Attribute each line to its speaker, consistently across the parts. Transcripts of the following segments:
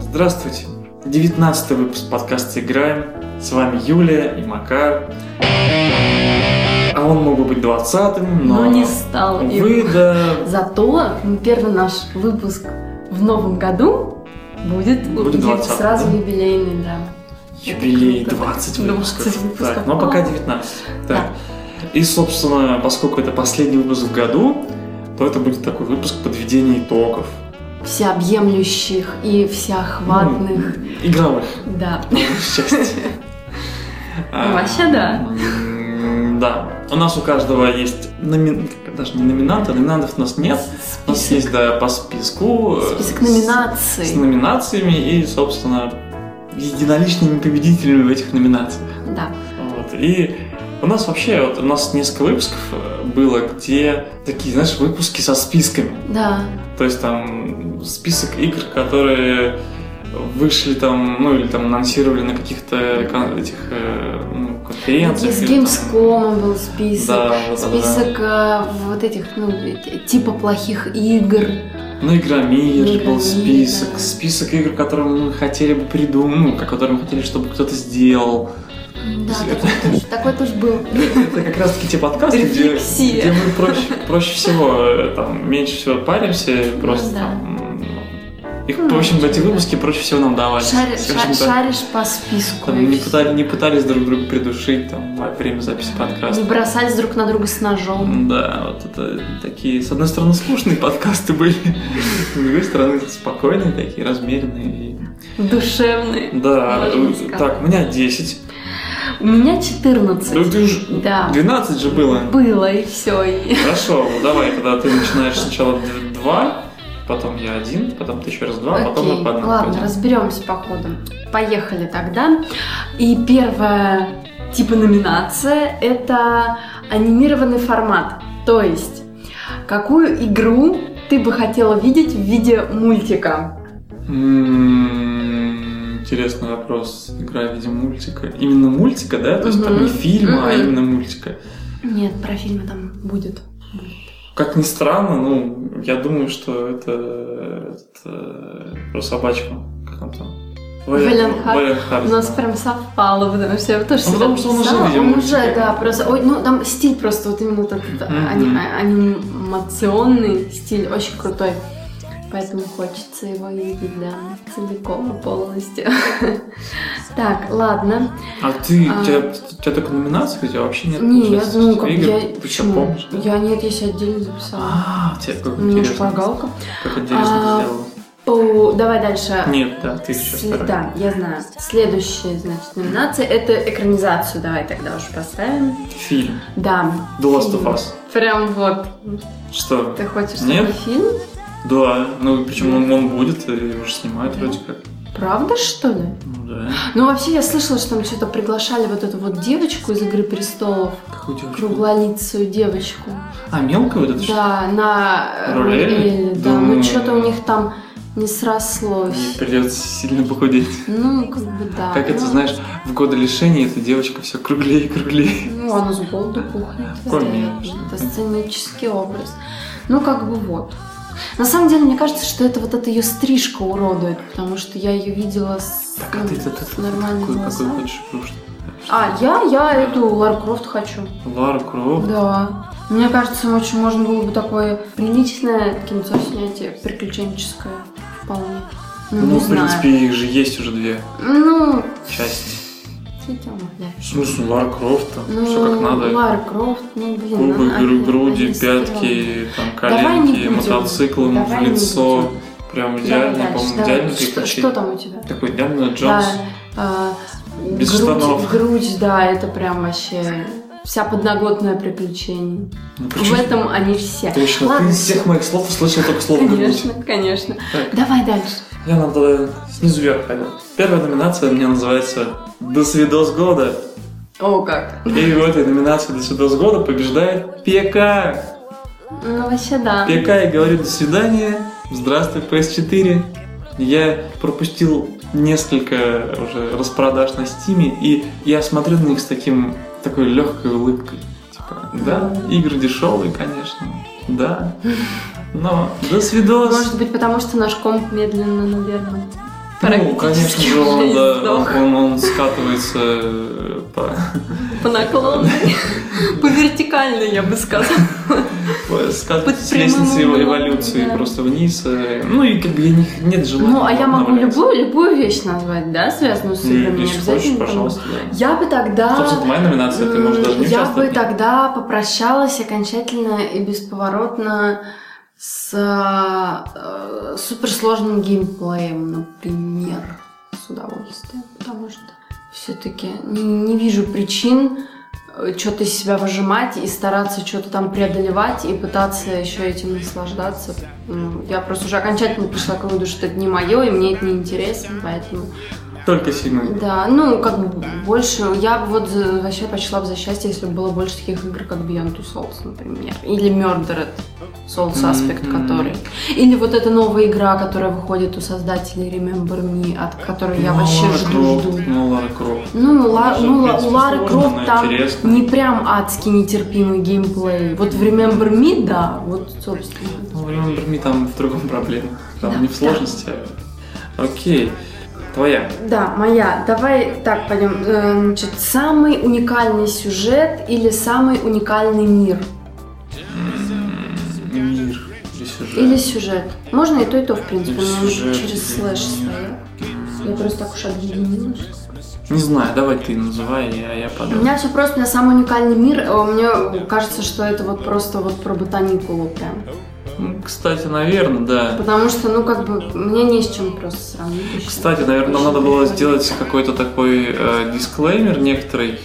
Speaker 1: Здравствуйте. 19 выпуск подкаста «Играем». С вами Юлия и Макар. А он мог бы быть 20-м, но...
Speaker 2: Но Ну, не стал им.
Speaker 1: Вы, да,
Speaker 2: Зато первый наш выпуск в новом году будет,
Speaker 1: Будет 20,
Speaker 2: сразу
Speaker 1: да?
Speaker 2: юбилейный, да.
Speaker 1: юбилей
Speaker 2: Это круто.
Speaker 1: 20 выпусков.
Speaker 2: 20 выпусков.
Speaker 1: Так, но пока 19. Так. И, собственно, поскольку это последний выпуск в году, то это будет такой выпуск подведения итогов.
Speaker 2: Всеобъемлющих и всеохватных,
Speaker 1: Ну, Игровых.
Speaker 2: да.
Speaker 1: на наше счастье.
Speaker 2: Ну, вообще да.
Speaker 1: А, М, Да. У нас у каждого есть номин... как, даже не номинанты, номинантов у нас нет. У нас
Speaker 2: Список,
Speaker 1: есть, да, по списку. э,
Speaker 2: список
Speaker 1: с-
Speaker 2: номинаций.
Speaker 1: С номинациями и, собственно, единоличными победителями в этих номинациях.
Speaker 2: Да.
Speaker 1: Вот. И у нас вообще, вот у нас несколько выпусков э, было, где такие, знаешь, выпуски со списками.
Speaker 2: Да.
Speaker 1: То есть там список игр, которые вышли там, ну или там анонсировали на каких-то кон- этих э, ну, конференциях.
Speaker 2: С
Speaker 1: или там-
Speaker 2: Gamescom был список.
Speaker 1: Да, да, да, да.
Speaker 2: Список э, вот этих, ну, т- типа плохих игр.
Speaker 1: Ну, Игромир был
Speaker 2: Игромир,
Speaker 1: список.
Speaker 2: да.
Speaker 1: Список игр, которые мы хотели бы придумать, ну, которые мы хотели, чтобы кто-то сделал.
Speaker 2: Да,
Speaker 1: Это-
Speaker 2: такой тоже- такой тоже был.
Speaker 1: Это как раз таки те подкасты, где,
Speaker 2: Рефлексия.
Speaker 1: где мы проще, проще всего, э, там, меньше всего паримся, просто
Speaker 2: Ну да.
Speaker 1: там... м, Их,
Speaker 2: Ну,
Speaker 1: в общем, эти
Speaker 2: да.
Speaker 1: выпуски проще всего нам давали.
Speaker 2: Шари- ша-
Speaker 1: Скажем так.
Speaker 2: Шаришь по списку. и
Speaker 1: Там не,
Speaker 2: всё.
Speaker 1: пытали- не пытались друг друга придушить там, во время записи
Speaker 2: Не
Speaker 1: подкаста.
Speaker 2: бросать друг на друга с ножом.
Speaker 1: Да, вот это такие, с одной стороны, скучные подкасты были, с другой стороны, спокойные такие, размеренные.
Speaker 2: Душевный.
Speaker 1: Да,
Speaker 2: Можно
Speaker 1: э,
Speaker 2: сказать.
Speaker 1: так, у меня 10.
Speaker 2: У меня 14.
Speaker 1: Да Ну, ты ж-
Speaker 2: Да.
Speaker 1: 12 же было.
Speaker 2: Было и все. И...
Speaker 1: Хорошо, ну давай, тогда ты начинаешь сначала 2, потом я один, потом ты еще раз два, А потом
Speaker 2: Окей,
Speaker 1: мы по одному
Speaker 2: ладно,
Speaker 1: пойдем.
Speaker 2: разберемся по ходу. Поехали тогда. И первая типа номинация это анимированный формат. То есть, какую игру ты бы хотела видеть в виде мультика?
Speaker 1: М, М-м, Интересный вопрос. Игра в виде мультика. Именно мультика, да? То есть там
Speaker 2: Мгм.
Speaker 1: не фильма, а
Speaker 2: Мгм.
Speaker 1: именно мультика.
Speaker 2: Нет, про фильмы там будет.
Speaker 1: Как ни странно, ну, я думаю, что это, это про собачку. Как он там?
Speaker 2: Вален Хар-
Speaker 1: Вален Харт,
Speaker 2: У нас
Speaker 1: да.
Speaker 2: прям совпало, потому что я тоже
Speaker 1: Ну,
Speaker 2: всегда
Speaker 1: потому что он уже
Speaker 2: писала,
Speaker 1: видел
Speaker 2: он
Speaker 1: мультики.
Speaker 2: уже, да, просто, ой, ну там стиль просто вот именно этот этот
Speaker 1: Мгм.
Speaker 2: ани- а- анимационный стиль очень крутой. Поэтому хочется его видеть, да, целиком и полностью. Так, ладно.
Speaker 1: А ты,
Speaker 2: А.
Speaker 1: у, тебя, у тебя только номинации, у тебя вообще нет?
Speaker 2: Не, я,
Speaker 1: участия
Speaker 2: ну
Speaker 1: в
Speaker 2: как,
Speaker 1: играх?
Speaker 2: я...
Speaker 1: Ты что,
Speaker 2: почему?
Speaker 1: помнишь?
Speaker 2: Я нет, я себе отдельно записала.
Speaker 1: А, у тебя как
Speaker 2: У меня
Speaker 1: интересно.
Speaker 2: шпаргалка.
Speaker 1: Как интересно
Speaker 2: А.
Speaker 1: ты сделала.
Speaker 2: О, Давай дальше.
Speaker 1: Нет, да, ты сейчас
Speaker 2: Сле- Да, я знаю. Следующая, значит, номинация это экранизацию. Давай тогда уже поставим.
Speaker 1: Фильм.
Speaker 2: Да.
Speaker 1: The Last of
Speaker 2: фильм.
Speaker 1: Us.
Speaker 2: Прям вот.
Speaker 1: Что?
Speaker 2: Ты хочешь
Speaker 1: Нет.
Speaker 2: такой фильм?
Speaker 1: Да, ну причем он, он будет, и уже снимают вроде как.
Speaker 2: Правда, что ли?
Speaker 1: Ну да.
Speaker 2: Ну, вообще, я слышала, что там что-то приглашали вот эту вот девочку из «Игры престолов»,
Speaker 1: Какую девочку?
Speaker 2: круглолицую девочку.
Speaker 1: А, мелкую вот эту что ли?
Speaker 2: Да, на
Speaker 1: Роль
Speaker 2: роль
Speaker 1: Элли?
Speaker 2: Элли, да.
Speaker 1: Думаю.
Speaker 2: Ну, что-то у них там не
Speaker 1: Мне
Speaker 2: срослось.
Speaker 1: придется сильно похудеть.
Speaker 2: Ну, как бы да.
Speaker 1: Как это,
Speaker 2: Ну,
Speaker 1: знаешь, в годы лишения эта девочка все круглее и круглее.
Speaker 2: Ну, она с голоду пухнет.
Speaker 1: Конечно.
Speaker 2: Это сценический образ. Ну, как бы вот. На самом деле, мне кажется, что это вот эта ее стрижка уродует, потому что я ее видела с,
Speaker 1: Так, а
Speaker 2: ну,
Speaker 1: ты, ты, ты-
Speaker 2: с
Speaker 1: ты
Speaker 2: нормальными
Speaker 1: какую, какую
Speaker 2: волосами.
Speaker 1: хочешь игру, что ли?
Speaker 2: А, я, я эту Лару Крофт хочу.
Speaker 1: Лара Крофт.
Speaker 2: Да. Мне кажется, очень можно было бы такое приличное кинцо снять, приключенческое вполне. Ну,
Speaker 1: Ну,
Speaker 2: не
Speaker 1: в
Speaker 2: знаю.
Speaker 1: принципе, их же есть уже две
Speaker 2: Ну,
Speaker 1: части.
Speaker 2: ты тебя умоляешь.
Speaker 1: В смысле, Лара Крофт, там,
Speaker 2: Ну,
Speaker 1: все как надо.
Speaker 2: Лара Крофт, ну, блин.
Speaker 1: Губы,
Speaker 2: она-
Speaker 1: гру-
Speaker 2: она-
Speaker 1: груди,
Speaker 2: она стрёмная.
Speaker 1: пятки, там,
Speaker 2: Давай не
Speaker 1: коленки,
Speaker 2: будем.
Speaker 1: мотоциклом в
Speaker 2: Давай не
Speaker 1: лицо. Прям
Speaker 2: Давай
Speaker 1: идеально,
Speaker 2: дальше,
Speaker 1: по-моему,
Speaker 2: давай.
Speaker 1: идеально
Speaker 2: что,
Speaker 1: переключить.
Speaker 2: что там у тебя?
Speaker 1: Такой идеально Джонс.
Speaker 2: Да, э,
Speaker 1: Без
Speaker 2: грудь,
Speaker 1: штанов.
Speaker 2: грудь, да, это прям вообще вся подноготное приключение.
Speaker 1: Ну,
Speaker 2: В
Speaker 1: почему?
Speaker 2: этом они все.
Speaker 1: Точно,
Speaker 2: Ладно,
Speaker 1: ты из всех моих слов услышал только слово «грудь».
Speaker 2: Конечно, конечно.
Speaker 1: Так.
Speaker 2: Давай дальше.
Speaker 1: Я нам тогда снизу вверх пойду. Первая номинация у меня называется «До свидос года».
Speaker 2: О, как.
Speaker 1: И в этой номинации «До свидос года» побеждает ПК.
Speaker 2: Ну, вообще, да.
Speaker 1: ПК и говорит «До свидания», «Здравствуй, PS4». Я пропустил несколько уже распродаж на Стиме, и я смотрю на них с таким, такой легкой улыбкой. Типа, да, игры дешевые, конечно, да, но до свидос.
Speaker 2: Может быть, потому что наш комп медленно, наверное,
Speaker 1: Ну, конечно
Speaker 2: практически
Speaker 1: же, он,
Speaker 2: уже
Speaker 1: да,
Speaker 2: сдох.
Speaker 1: он, он скатывается э, по,
Speaker 2: По наклону. По вертикальной, я бы сказала.
Speaker 1: по- скатывается
Speaker 2: Под
Speaker 1: с лестницы
Speaker 2: прямым углом,
Speaker 1: эволюции
Speaker 2: да.
Speaker 1: просто вниз. э, Ну и как бы я не, нет желания.
Speaker 2: Ну, а я могу
Speaker 1: обновляться.
Speaker 2: любую, любую вещь назвать, да, связанную с
Speaker 1: Ну,
Speaker 2: играми? Не
Speaker 1: Если
Speaker 2: обязательно
Speaker 1: хочешь,
Speaker 2: там-
Speaker 1: пожалуйста. да.
Speaker 2: Я бы
Speaker 1: Собственно,
Speaker 2: тогда...
Speaker 1: твоя номинация, ты
Speaker 2: м,
Speaker 1: можешь даже не
Speaker 2: Я бы
Speaker 1: участвовать.
Speaker 2: тогда попрощалась окончательно и бесповоротно с э, суперсложным геймплеем, например, с удовольствием, потому что все-таки не, не вижу причин что-то из себя выжимать и стараться что-то там преодолевать и пытаться еще этим наслаждаться. Ну, Я просто уже окончательно пришла к выводу, что это не мое, и мне это не интересно, поэтому
Speaker 1: Только сильно.
Speaker 2: да, ну, как бы больше... Я бы вот за- вообще почла бы за счастье, если бы было больше таких игр, как Beyond Two Souls, например. Или Murdered Soul Suspect,
Speaker 1: Мгм.
Speaker 2: который... Или вот эта новая игра, которая выходит у создателей Remember Me, от которой я
Speaker 1: Ну,
Speaker 2: вообще
Speaker 1: Лара Крофт,
Speaker 2: жду-жду.
Speaker 1: Ну, Лара Крофт.
Speaker 2: Ну, Ла-
Speaker 1: Даже, в
Speaker 2: ну, Ла-
Speaker 1: принципе,
Speaker 2: у Лары
Speaker 1: сложно, но
Speaker 2: Крофт там
Speaker 1: интересно.
Speaker 2: не прям адски нетерпимый геймплей. Вот в Remember Me, да, вот, собственно.
Speaker 1: Ну, в Remember Me там в другом проблема. Там
Speaker 2: Да,
Speaker 1: не в
Speaker 2: да.
Speaker 1: сложности, а... Окей. Твоя.
Speaker 2: Да, моя. Давай так пойдем. Эм, Значит, самый уникальный сюжет или самый уникальный мир?
Speaker 1: М, Мир. Или сюжет.
Speaker 2: Или сюжет. Можно и то, и то, в принципе,
Speaker 1: Или
Speaker 2: но
Speaker 1: сюжет,
Speaker 2: через
Speaker 1: или
Speaker 2: слэш
Speaker 1: мир.
Speaker 2: стоит. Я просто так уж объединила.
Speaker 1: Не знаю, давай ты называй, я, я
Speaker 2: У
Speaker 1: подумаю.
Speaker 2: меня все просто, у меня самый уникальный мир. э, Мне кажется, что это вот просто вот про ботаникулу прям.
Speaker 1: Ну, Кстати, наверное, да.
Speaker 2: Потому что, ну, как бы, мне не с чем просто сравнить. еще.
Speaker 1: Кстати, наверное, нам
Speaker 2: Очень
Speaker 1: надо было
Speaker 2: прикольно.
Speaker 1: сделать какой-то такой э, дисклеймер некоторый,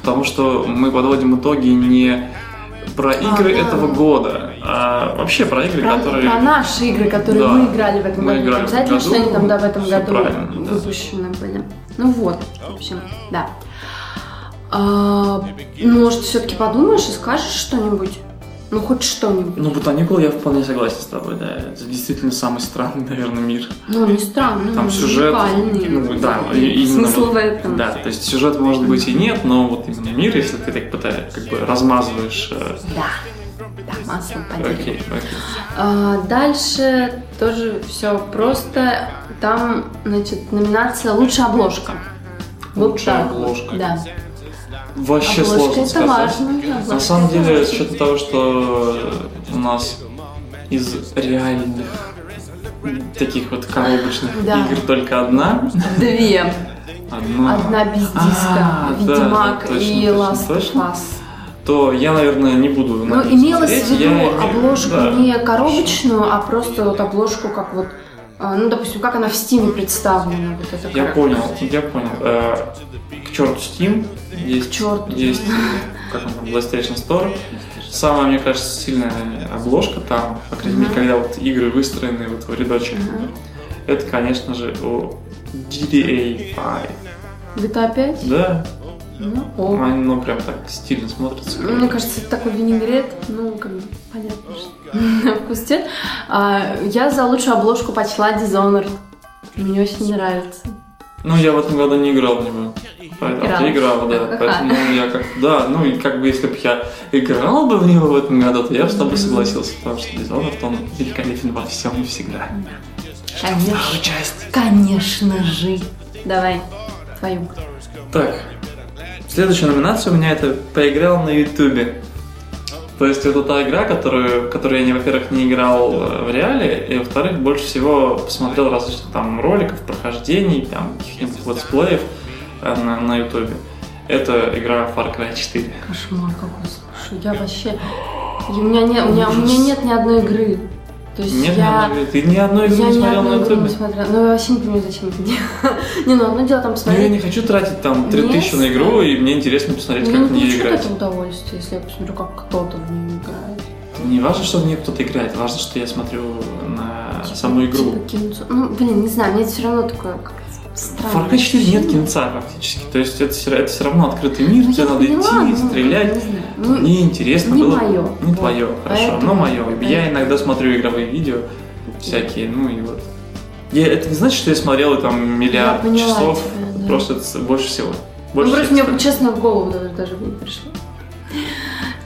Speaker 1: потому что мы подводим итоги не про игры
Speaker 2: А, да.
Speaker 1: этого года, а вообще про игры,
Speaker 2: Про,
Speaker 1: которые...
Speaker 2: про наши игры, которые
Speaker 1: Да.
Speaker 2: мы играли в этом
Speaker 1: Мы
Speaker 2: году.
Speaker 1: играли в
Speaker 2: Обязательно,
Speaker 1: году.
Speaker 2: что они там да, в этом
Speaker 1: Всё
Speaker 2: году
Speaker 1: правильно, да.
Speaker 2: выпущены были. Ну вот, в общем, да. А, ну, может, все-таки подумаешь и скажешь что-нибудь? Ну, хоть что-нибудь.
Speaker 1: Ну, Ботаникул я вполне согласен с тобой, да. Это действительно самый странный, наверное, мир.
Speaker 2: Ну, не странно.
Speaker 1: Там
Speaker 2: ну,
Speaker 1: сюжет...
Speaker 2: уникальный.
Speaker 1: Ну, да, и- и именно
Speaker 2: Смысл
Speaker 1: вот-
Speaker 2: в этом.
Speaker 1: Да, то есть сюжет может быть и нет, но вот именно мир, если ты так пытаешь, как бы размазываешь... э,
Speaker 2: Да. Да, масло по дереву.
Speaker 1: Окей, окей.
Speaker 2: А, дальше тоже все просто. Там, значит, номинация «Лучшая обложка». Вот
Speaker 1: Лучшая
Speaker 2: так вот,
Speaker 1: обложка.
Speaker 2: Да.
Speaker 1: Вообще
Speaker 2: Обложка
Speaker 1: сложно
Speaker 2: это
Speaker 1: сказать.
Speaker 2: важно. обложка
Speaker 1: На самом
Speaker 2: это
Speaker 1: деле, с
Speaker 2: важно.
Speaker 1: учетом того, что у нас из реальных таких вот коробочных
Speaker 2: Да.
Speaker 1: игр только одна.
Speaker 2: Две.
Speaker 1: Одна.
Speaker 2: Одна без диска.
Speaker 1: А, да,
Speaker 2: Ведьмак
Speaker 1: да, точно,
Speaker 2: и
Speaker 1: точно,
Speaker 2: Last of
Speaker 1: точно.
Speaker 2: Us.
Speaker 1: То я, наверное, не буду
Speaker 2: Ну,
Speaker 1: на них
Speaker 2: имелось в
Speaker 1: смотреть.
Speaker 2: виду
Speaker 1: Я имею-
Speaker 2: обложку
Speaker 1: да.
Speaker 2: не коробочную, а просто вот обложку, как вот, а, ну, допустим, как она в стиме представлена. Вот эта
Speaker 1: Я
Speaker 2: коробка.
Speaker 1: понял, я понял. Э, К черту Steam есть,
Speaker 2: К черту.
Speaker 1: есть э, как он там, PlayStation Store. Самая, мне кажется, сильная обложка там, по крайней мере,
Speaker 2: Мгм.
Speaker 1: когда вот игры выстроены вот в рядочек.
Speaker 2: Мгм.
Speaker 1: Это, конечно же, у GTA 5.
Speaker 2: GTA 5?
Speaker 1: Да,
Speaker 2: А Ну, о. Ну,
Speaker 1: оно ну, прям так стильно смотрится.
Speaker 2: Мне кажется, это такой винегрет, ну, как бы, понятно, что на вкус тет. А, я за лучшую обложку почла Dishonored. Мне очень нравится.
Speaker 1: Ну, я в этом году не играл в него. Поэтому- А ты играла, да.
Speaker 2: Ха-ха.
Speaker 1: Поэтому я как да, ну и как бы если бы я играл бы в него в этом году, то я бы с тобой согласился, потому что Dishonored, он великолепен во всем и всегда.
Speaker 2: Конечно.
Speaker 1: Вторую часть.
Speaker 2: Конечно же. Давай, твою.
Speaker 1: Так, следующая номинация у меня это «Поиграл на Ютубе». То есть это та игра, которую, в которую я, не- во-первых, не играл э, в реале, и, во-вторых, больше всего посмотрел различных там роликов, прохождений, там, каких-нибудь летсплеев э, на на Ютубе. Это игра Far Cry 4.
Speaker 2: Кошмар какой, слушай, я вообще... и У меня, не, у меня, у меня нет ни одной игры. То есть
Speaker 1: Нет,
Speaker 2: я...
Speaker 1: Андрей, ты ни одной игры
Speaker 2: я
Speaker 1: не
Speaker 2: ни
Speaker 1: смотрел на
Speaker 2: одну игру
Speaker 1: Ютубе?
Speaker 2: не смотрела. Ну, я вообще не понимаю, зачем это делать. Не, ну, одно дело там
Speaker 1: Ну, я
Speaker 2: посмотреть.
Speaker 1: не хочу тратить там
Speaker 2: Мне Ну,
Speaker 1: 3000 на игру, и мне интересно посмотреть, как в
Speaker 2: не
Speaker 1: нее
Speaker 2: получу от
Speaker 1: играть.
Speaker 2: этого удовольствия, если я посмотрю, как кто-то в нее играет.
Speaker 1: Не важно, что в нее кто-то играет, важно, что я смотрю на А, саму игру.
Speaker 2: Типа кинцо. Ну, блин, не знаю, мне это все равно такое как
Speaker 1: В
Speaker 2: странно.
Speaker 1: Far Cry 4 нет кинца практически. То есть это все, равно открытый
Speaker 2: Ну,
Speaker 1: мир,
Speaker 2: я
Speaker 1: тебе надо
Speaker 2: поняла,
Speaker 1: идти,
Speaker 2: ну,
Speaker 1: стрелять.
Speaker 2: не знаю. Ну,
Speaker 1: Мне интересно
Speaker 2: не
Speaker 1: было.
Speaker 2: моё.
Speaker 1: Не
Speaker 2: Вот.
Speaker 1: твое, хорошо,
Speaker 2: Поэтому-
Speaker 1: но мое. Я
Speaker 2: поэтому-
Speaker 1: иногда смотрю игровые видео всякие, ну и вот. Я, это не значит, что я смотрел там
Speaker 2: Я
Speaker 1: миллиард
Speaker 2: поняла
Speaker 1: часов.
Speaker 2: тебя, да.
Speaker 1: Просто это с- больше всего.
Speaker 2: Ну,
Speaker 1: Больше
Speaker 2: просто
Speaker 1: всех
Speaker 2: мне
Speaker 1: остальных.
Speaker 2: честно в голову даже, даже бы не пришло.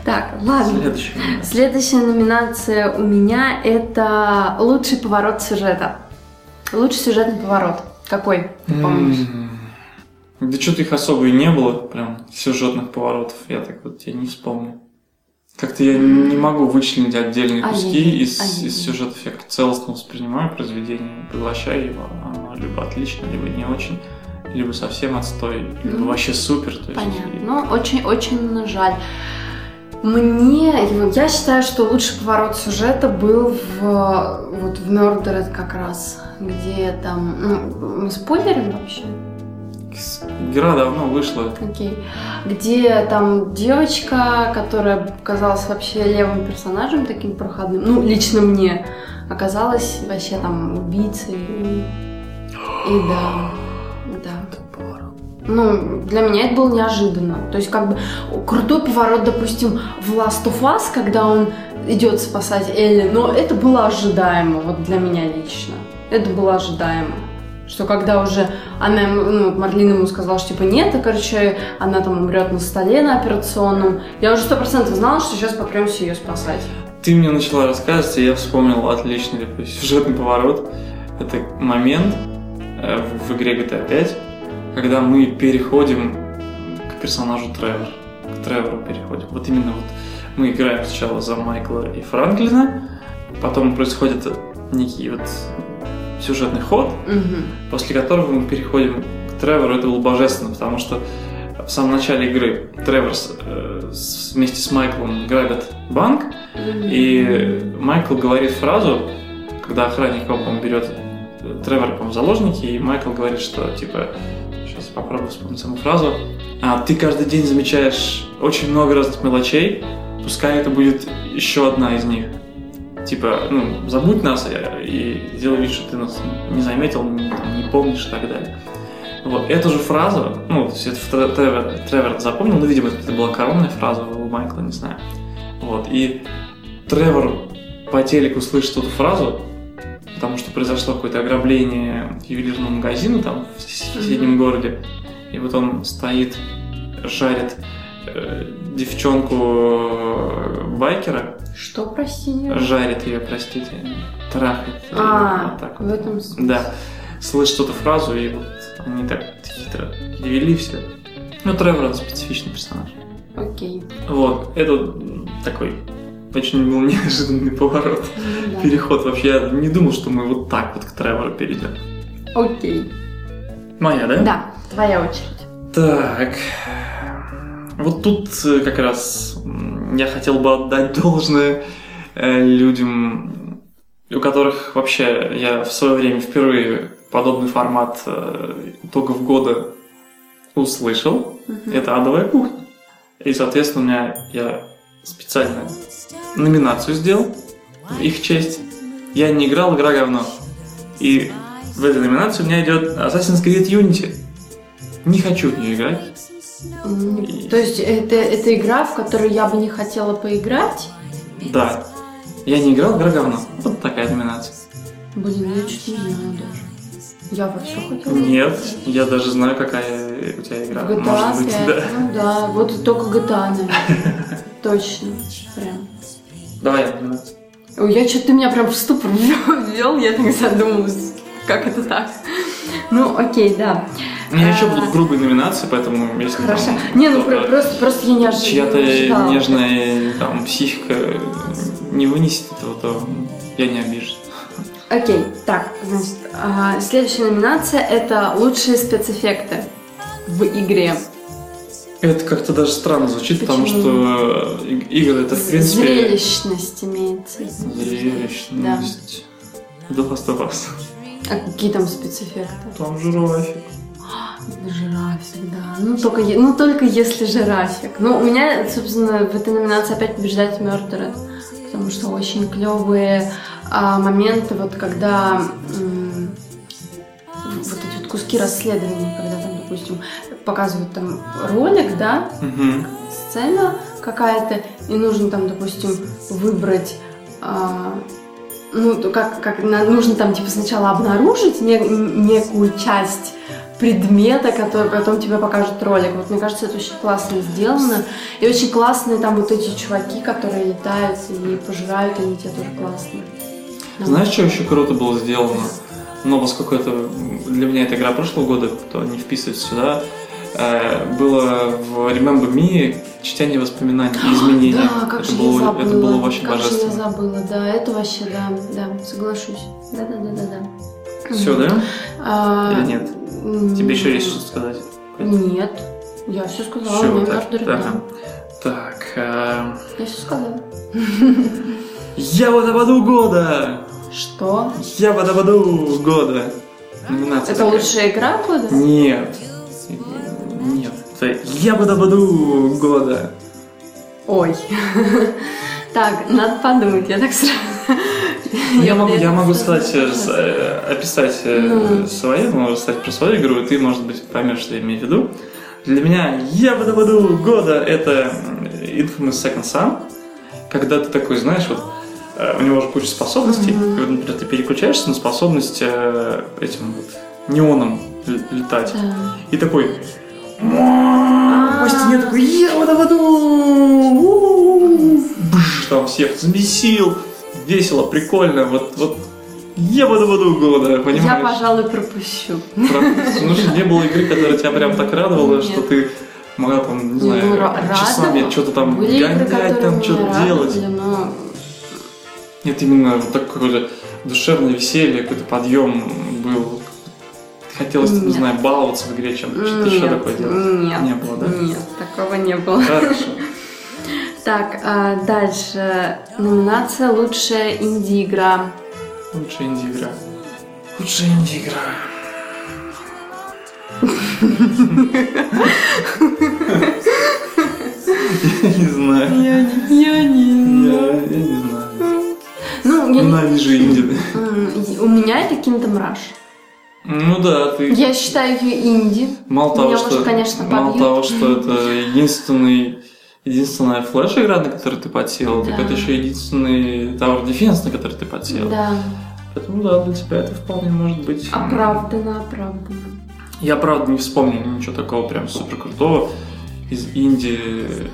Speaker 2: Так, ладно.
Speaker 1: Следующий.
Speaker 2: Следующая номинация у меня это лучший поворот сюжета. Лучший сюжетный поворот. Какой, ты помнишь?
Speaker 1: М, Да что-то их особо и не было, прям сюжетных поворотов, я так вот я не вспомню. Как-то я не могу вычленить отдельные
Speaker 2: Ай-яй-яй,
Speaker 1: куски из,
Speaker 2: ай-яй-яй.
Speaker 1: из сюжетов. Я как целостно воспринимаю произведение, поглощаю его. Оно либо отлично, либо не очень, либо совсем отстой, либо
Speaker 2: Мгм.
Speaker 1: вообще супер. То есть,
Speaker 2: Ну, Понятно. Ну, очень-очень жаль. Мне его, я считаю, что лучший поворот сюжета был в э, вот в Мёрдеред как раз, где там ну, мы спойлерим вообще,
Speaker 1: с- Игра давно вышла.
Speaker 2: окей, где там девочка, которая казалась вообще левым персонажем таким проходным, ну лично мне, оказалась вообще там убийцей и, и да, да. Ну, для меня это было неожиданно. То есть, как бы, крутой поворот, допустим, в Last of Us, когда он идет спасать Элли, но это было ожидаемо, вот для меня лично. Это было ожидаемо. Что когда уже она, ему- ну, Марлина ему сказала, что типа нет, и, короче, она там умрет на столе на операционном. Я уже сто процентов знала, что сейчас попремся ее спасать.
Speaker 1: Ты мне начала рассказывать, и я вспомнил отличный такой сюжетный поворот. Это момент э, в, в игре GTA 5, когда мы переходим к персонажу Тревор. К Тревору переходим. Вот именно вот мы играем сначала за Майкла и Франклина, потом происходит некий вот сюжетный ход,
Speaker 2: Мгм.
Speaker 1: после которого мы переходим к Тревору, это было божественно, потому что в самом начале игры Тревор с- э, с- вместе с Майклом грабят банк, и Майкл говорит фразу, когда охранник, по-моему, берет Тревор, по-моему, в заложники, и Майкл говорит, что, типа, сейчас попробую вспомнить саму фразу, «А, ты каждый день замечаешь очень много разных мелочей, пускай это будет еще одна из них. Типа, ну, забудь нас э, и сделай вид, что ты нас не заметил, не, там, не помнишь и так далее. Вот, эту же фразу, ну, то есть это Тре- Тревор, Тревор это запомнил, ну, видимо, это была коронная фраза у Майкла, не знаю. Вот, и Тревор по телеку слышит эту фразу, потому что произошло какое-то ограбление ювелирного магазина там в с- соседнем городе. И вот он стоит, жарит э, девчонку э, байкера,
Speaker 2: Что, прости?
Speaker 1: жарит ее, простите, трахает. её,
Speaker 2: А,
Speaker 1: вот так
Speaker 2: в
Speaker 1: вот.
Speaker 2: этом смысле.
Speaker 1: Да. Слышит эту фразу, и вот они так хитро перевели все. Ну, Тревор он специфичный персонаж.
Speaker 2: Окей.
Speaker 1: Вот, это м, такой очень был неожиданный поворот.
Speaker 2: Ну да.
Speaker 1: Переход вообще, я не думал, что мы вот так вот к Тревору перейдем.
Speaker 2: Окей.
Speaker 1: Моя, да?
Speaker 2: Да, твоя очередь.
Speaker 1: Так. Вот тут э, как раз м, я хотел бы отдать должное э, людям, у которых вообще я в свое время впервые подобный формат э, итогов года услышал.
Speaker 2: Мгм.
Speaker 1: Это адовая кухня. И, соответственно, у меня я специально номинацию сделал в их честь. Я не играл, игра говно. И в этой номинации у меня идет Assassin's Creed Unity. Не хочу в нее играть.
Speaker 2: М, То есть это, это игра, в которую я бы не хотела поиграть?
Speaker 1: Да. Я не играл, игра говно. Вот такая номинация.
Speaker 2: Блин, я чуть не знаю даже. Я во все хотела.
Speaker 1: Нет, я даже знаю, какая у тебя
Speaker 2: В
Speaker 1: игра.
Speaker 2: GTA
Speaker 1: Может быть,
Speaker 2: 5.
Speaker 1: да.
Speaker 2: Ну да, вот только GTA, наверное. Точно. Прям.
Speaker 1: Давай я номинацию.
Speaker 2: Ой, я что-то ты меня прям в ступор ввел, я так задумалась, как это так. Ну, окей, да.
Speaker 1: У меня еще
Speaker 2: А.
Speaker 1: будут грубые номинации, поэтому если там
Speaker 2: Хорошо. Не, ну
Speaker 1: кто-то-
Speaker 2: про- просто, просто я не ожи- не
Speaker 1: а чья-то
Speaker 2: ожидала.
Speaker 1: нежная там психика не вынесет этого, то я не обижусь.
Speaker 2: Окей, так, значит, а, следующая номинация это лучшие спецэффекты в игре.
Speaker 1: Это как-то даже странно звучит, потому
Speaker 2: Почему?
Speaker 1: что э, иг- игры это в принципе
Speaker 2: Зрелищность имеется. в виду.
Speaker 1: зрелищность. Да. The Last of Us.
Speaker 2: А какие там спецэффекты?
Speaker 1: Там жирафик.
Speaker 2: Жирафик, да. Ну только, е- ну только если жирафик. Ну, у меня, собственно, в этой номинации опять побеждает Мёрдерет, потому что очень клевые моменты, вот когда м, вот эти вот куски расследования, когда там, допустим, показывают там ролик, да,
Speaker 1: Мгм.
Speaker 2: сцена какая-то, и нужно там, допустим, выбрать, а, ну, то как, как на- нужно там, типа, сначала обнаружить не- некую часть предмета, который потом тебе покажет ролик. Вот мне кажется, это очень классно сделано. И очень классные там вот эти чуваки, которые летают и пожирают, они тебе тоже классные. Да.
Speaker 1: Знаешь, что еще круто было сделано? но поскольку это для меня это игра прошлого года, то не вписывается сюда. Э, Было в Remember Me чтение воспоминаний и изменений.
Speaker 2: А, Да, как
Speaker 1: это,
Speaker 2: же
Speaker 1: было,
Speaker 2: я забыла.
Speaker 1: это было вообще
Speaker 2: как же я
Speaker 1: божественно.
Speaker 2: забыла, да, это вообще, да, да, соглашусь. Да-да-да-да-да.
Speaker 1: Все, да?
Speaker 2: А,
Speaker 1: Или нет?
Speaker 2: м,
Speaker 1: Тебе еще есть что сказать?
Speaker 2: Нет, я все сказала,
Speaker 1: Всё,
Speaker 2: у меня
Speaker 1: так,
Speaker 2: каждый
Speaker 1: так.
Speaker 2: ребенок.
Speaker 1: Так, э,
Speaker 2: Я все сказала.
Speaker 1: я водопаду года!
Speaker 2: Что?
Speaker 1: Я водопаду года! Номинация
Speaker 2: Это
Speaker 1: такая.
Speaker 2: лучшая игра года?
Speaker 1: Нет. Нет. Это Я водопаду года.
Speaker 2: Ой. Так, надо подумать, я так сразу...
Speaker 1: Ну, Я могу,
Speaker 2: мне
Speaker 1: я
Speaker 2: это
Speaker 1: могу
Speaker 2: сразу
Speaker 1: сказать, э, с- э, описать э,
Speaker 2: Ну.
Speaker 1: свою, могу рассказать про свою игру, и ты, может быть, поймешь, что я имею в виду. Для меня я водопаду года это м, Infamous Second Son, когда ты такой, знаешь, вот э, у него же куча способностей,
Speaker 2: Мгм.
Speaker 1: и вот, например, ты переключаешься на способность э, этим вот неоном л- летать.
Speaker 2: Да.
Speaker 1: И такой... «Мам!» По стене такой, я водопаду! У-у-у!» Бж, Там всех замесил, весело, прикольно, вот, вот я водопаду года,
Speaker 2: Я,
Speaker 1: понимаешь?
Speaker 2: пожалуй, пропущу.
Speaker 1: Правда. Ну что, не было игры, которая тебя прям так радовала,
Speaker 2: Нет.
Speaker 1: что ты могла там, не
Speaker 2: Ну,
Speaker 1: знаю,
Speaker 2: ра-
Speaker 1: часами
Speaker 2: радовала.
Speaker 1: что-то там
Speaker 2: Были игры,
Speaker 1: гонять,
Speaker 2: которые
Speaker 1: там
Speaker 2: меня
Speaker 1: что-то
Speaker 2: радовали,
Speaker 1: делать.
Speaker 2: но
Speaker 1: Нет, именно вот такое же душевное веселье, какой-то подъем был. Хотелось, не
Speaker 2: Нет.
Speaker 1: знаю, баловаться в игре, чем что-то еще
Speaker 2: нет,
Speaker 1: такое делать.
Speaker 2: Нет,
Speaker 1: Не было, да?
Speaker 2: Нет, такого не было.
Speaker 1: Хорошо.
Speaker 2: Так, а дальше. Номинация «Лучшая инди-игра».
Speaker 1: Лучшая инди-игра. Лучшая инди-игра. Я не знаю.
Speaker 2: Я не, я
Speaker 1: Я, я не знаю.
Speaker 2: Ну, я не-
Speaker 1: Ненавижу инди.
Speaker 2: М, у меня это Kingdom Rush.
Speaker 1: Ну да, ты...
Speaker 2: Я считаю ее инди.
Speaker 1: Мало того,
Speaker 2: меня,
Speaker 1: что...
Speaker 2: может, конечно,
Speaker 1: мало
Speaker 2: побьют.
Speaker 1: того, что это единственный... Единственная флеш-игра, на которую ты подсел, так
Speaker 2: Да.
Speaker 1: это еще единственный Tower Defense, на который ты подсел.
Speaker 2: Да, А
Speaker 1: Поэтому да, для тебя это вполне может быть... м,
Speaker 2: оправданно, оправданно.
Speaker 1: Я правда не вспомню ничего такого прям супер крутого из Индии,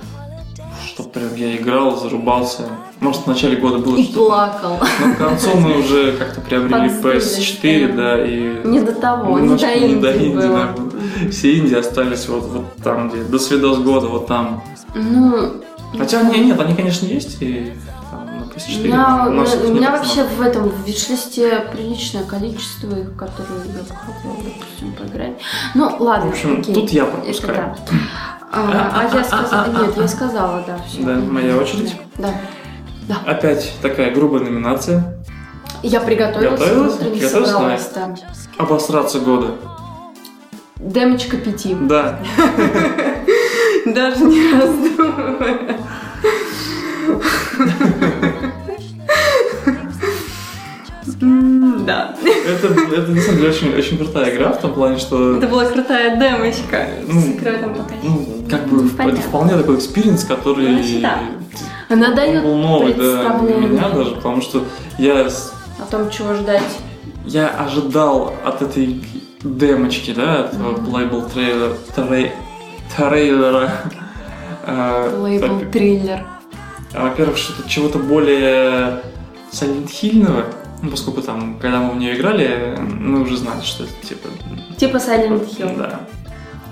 Speaker 1: что прям я играл, зарубался. Может, в начале года было
Speaker 2: И
Speaker 1: что-то.
Speaker 2: плакал.
Speaker 1: Но к концу мы уже как-то приобрели
Speaker 2: Подзабылись,
Speaker 1: PS4, да, и
Speaker 2: Не до того, не
Speaker 1: Немножко
Speaker 2: до
Speaker 1: не
Speaker 2: инди
Speaker 1: до инди, Ну, да,
Speaker 2: было.
Speaker 1: было. все Индии остались вот, вот там, где до свидос года, вот там.
Speaker 2: Ну,
Speaker 1: Хотя не, нет, они, конечно, есть и там на PS4.
Speaker 2: Я-
Speaker 1: но всё-таки
Speaker 2: у
Speaker 1: не
Speaker 2: меня
Speaker 1: так
Speaker 2: вообще в этом в вишлисте приличное количество их, которые я бы хотела, допустим, поиграть. Ну,
Speaker 1: много.
Speaker 2: ладно,
Speaker 1: В общем,
Speaker 2: окей.
Speaker 1: тут я
Speaker 2: Это
Speaker 1: пропускаю.
Speaker 2: да. А, а я сказала... Нет, я сказала, да, все.
Speaker 1: Да, моя очередь.
Speaker 2: Да.
Speaker 1: Опять такая грубая номинация.
Speaker 2: Я приготовилась,
Speaker 1: Готовилась?
Speaker 2: внутренне
Speaker 1: Готовилась,
Speaker 2: собралась, да.
Speaker 1: Обосраться года.
Speaker 2: Демочка пяти.
Speaker 1: Да,
Speaker 2: Даже не раздумывая. М, Да.
Speaker 1: Это, это на самом деле очень, очень крутая игра в том плане, что
Speaker 2: Это была крутая демочка
Speaker 1: Ну,
Speaker 2: Ну, с секретом пока.
Speaker 1: ну, как бы
Speaker 2: Понятно.
Speaker 1: это вполне такой экспириенс, который
Speaker 2: Короче, да. Она
Speaker 1: он
Speaker 2: дает
Speaker 1: был новый да, для
Speaker 2: представление.
Speaker 1: меня даже, потому что я, с-
Speaker 2: о том, чего ждать.
Speaker 1: я ожидал от этой демочки, да, от этого лейбл трейлера, трей- трейлера э,
Speaker 2: Лейбл триллер.
Speaker 1: А, Во-первых, что-то чего-то более сайлентхильного, ну, поскольку там, когда мы в нее играли, мы уже знали, что это типа...
Speaker 2: Типа Silent Hill.
Speaker 1: Да.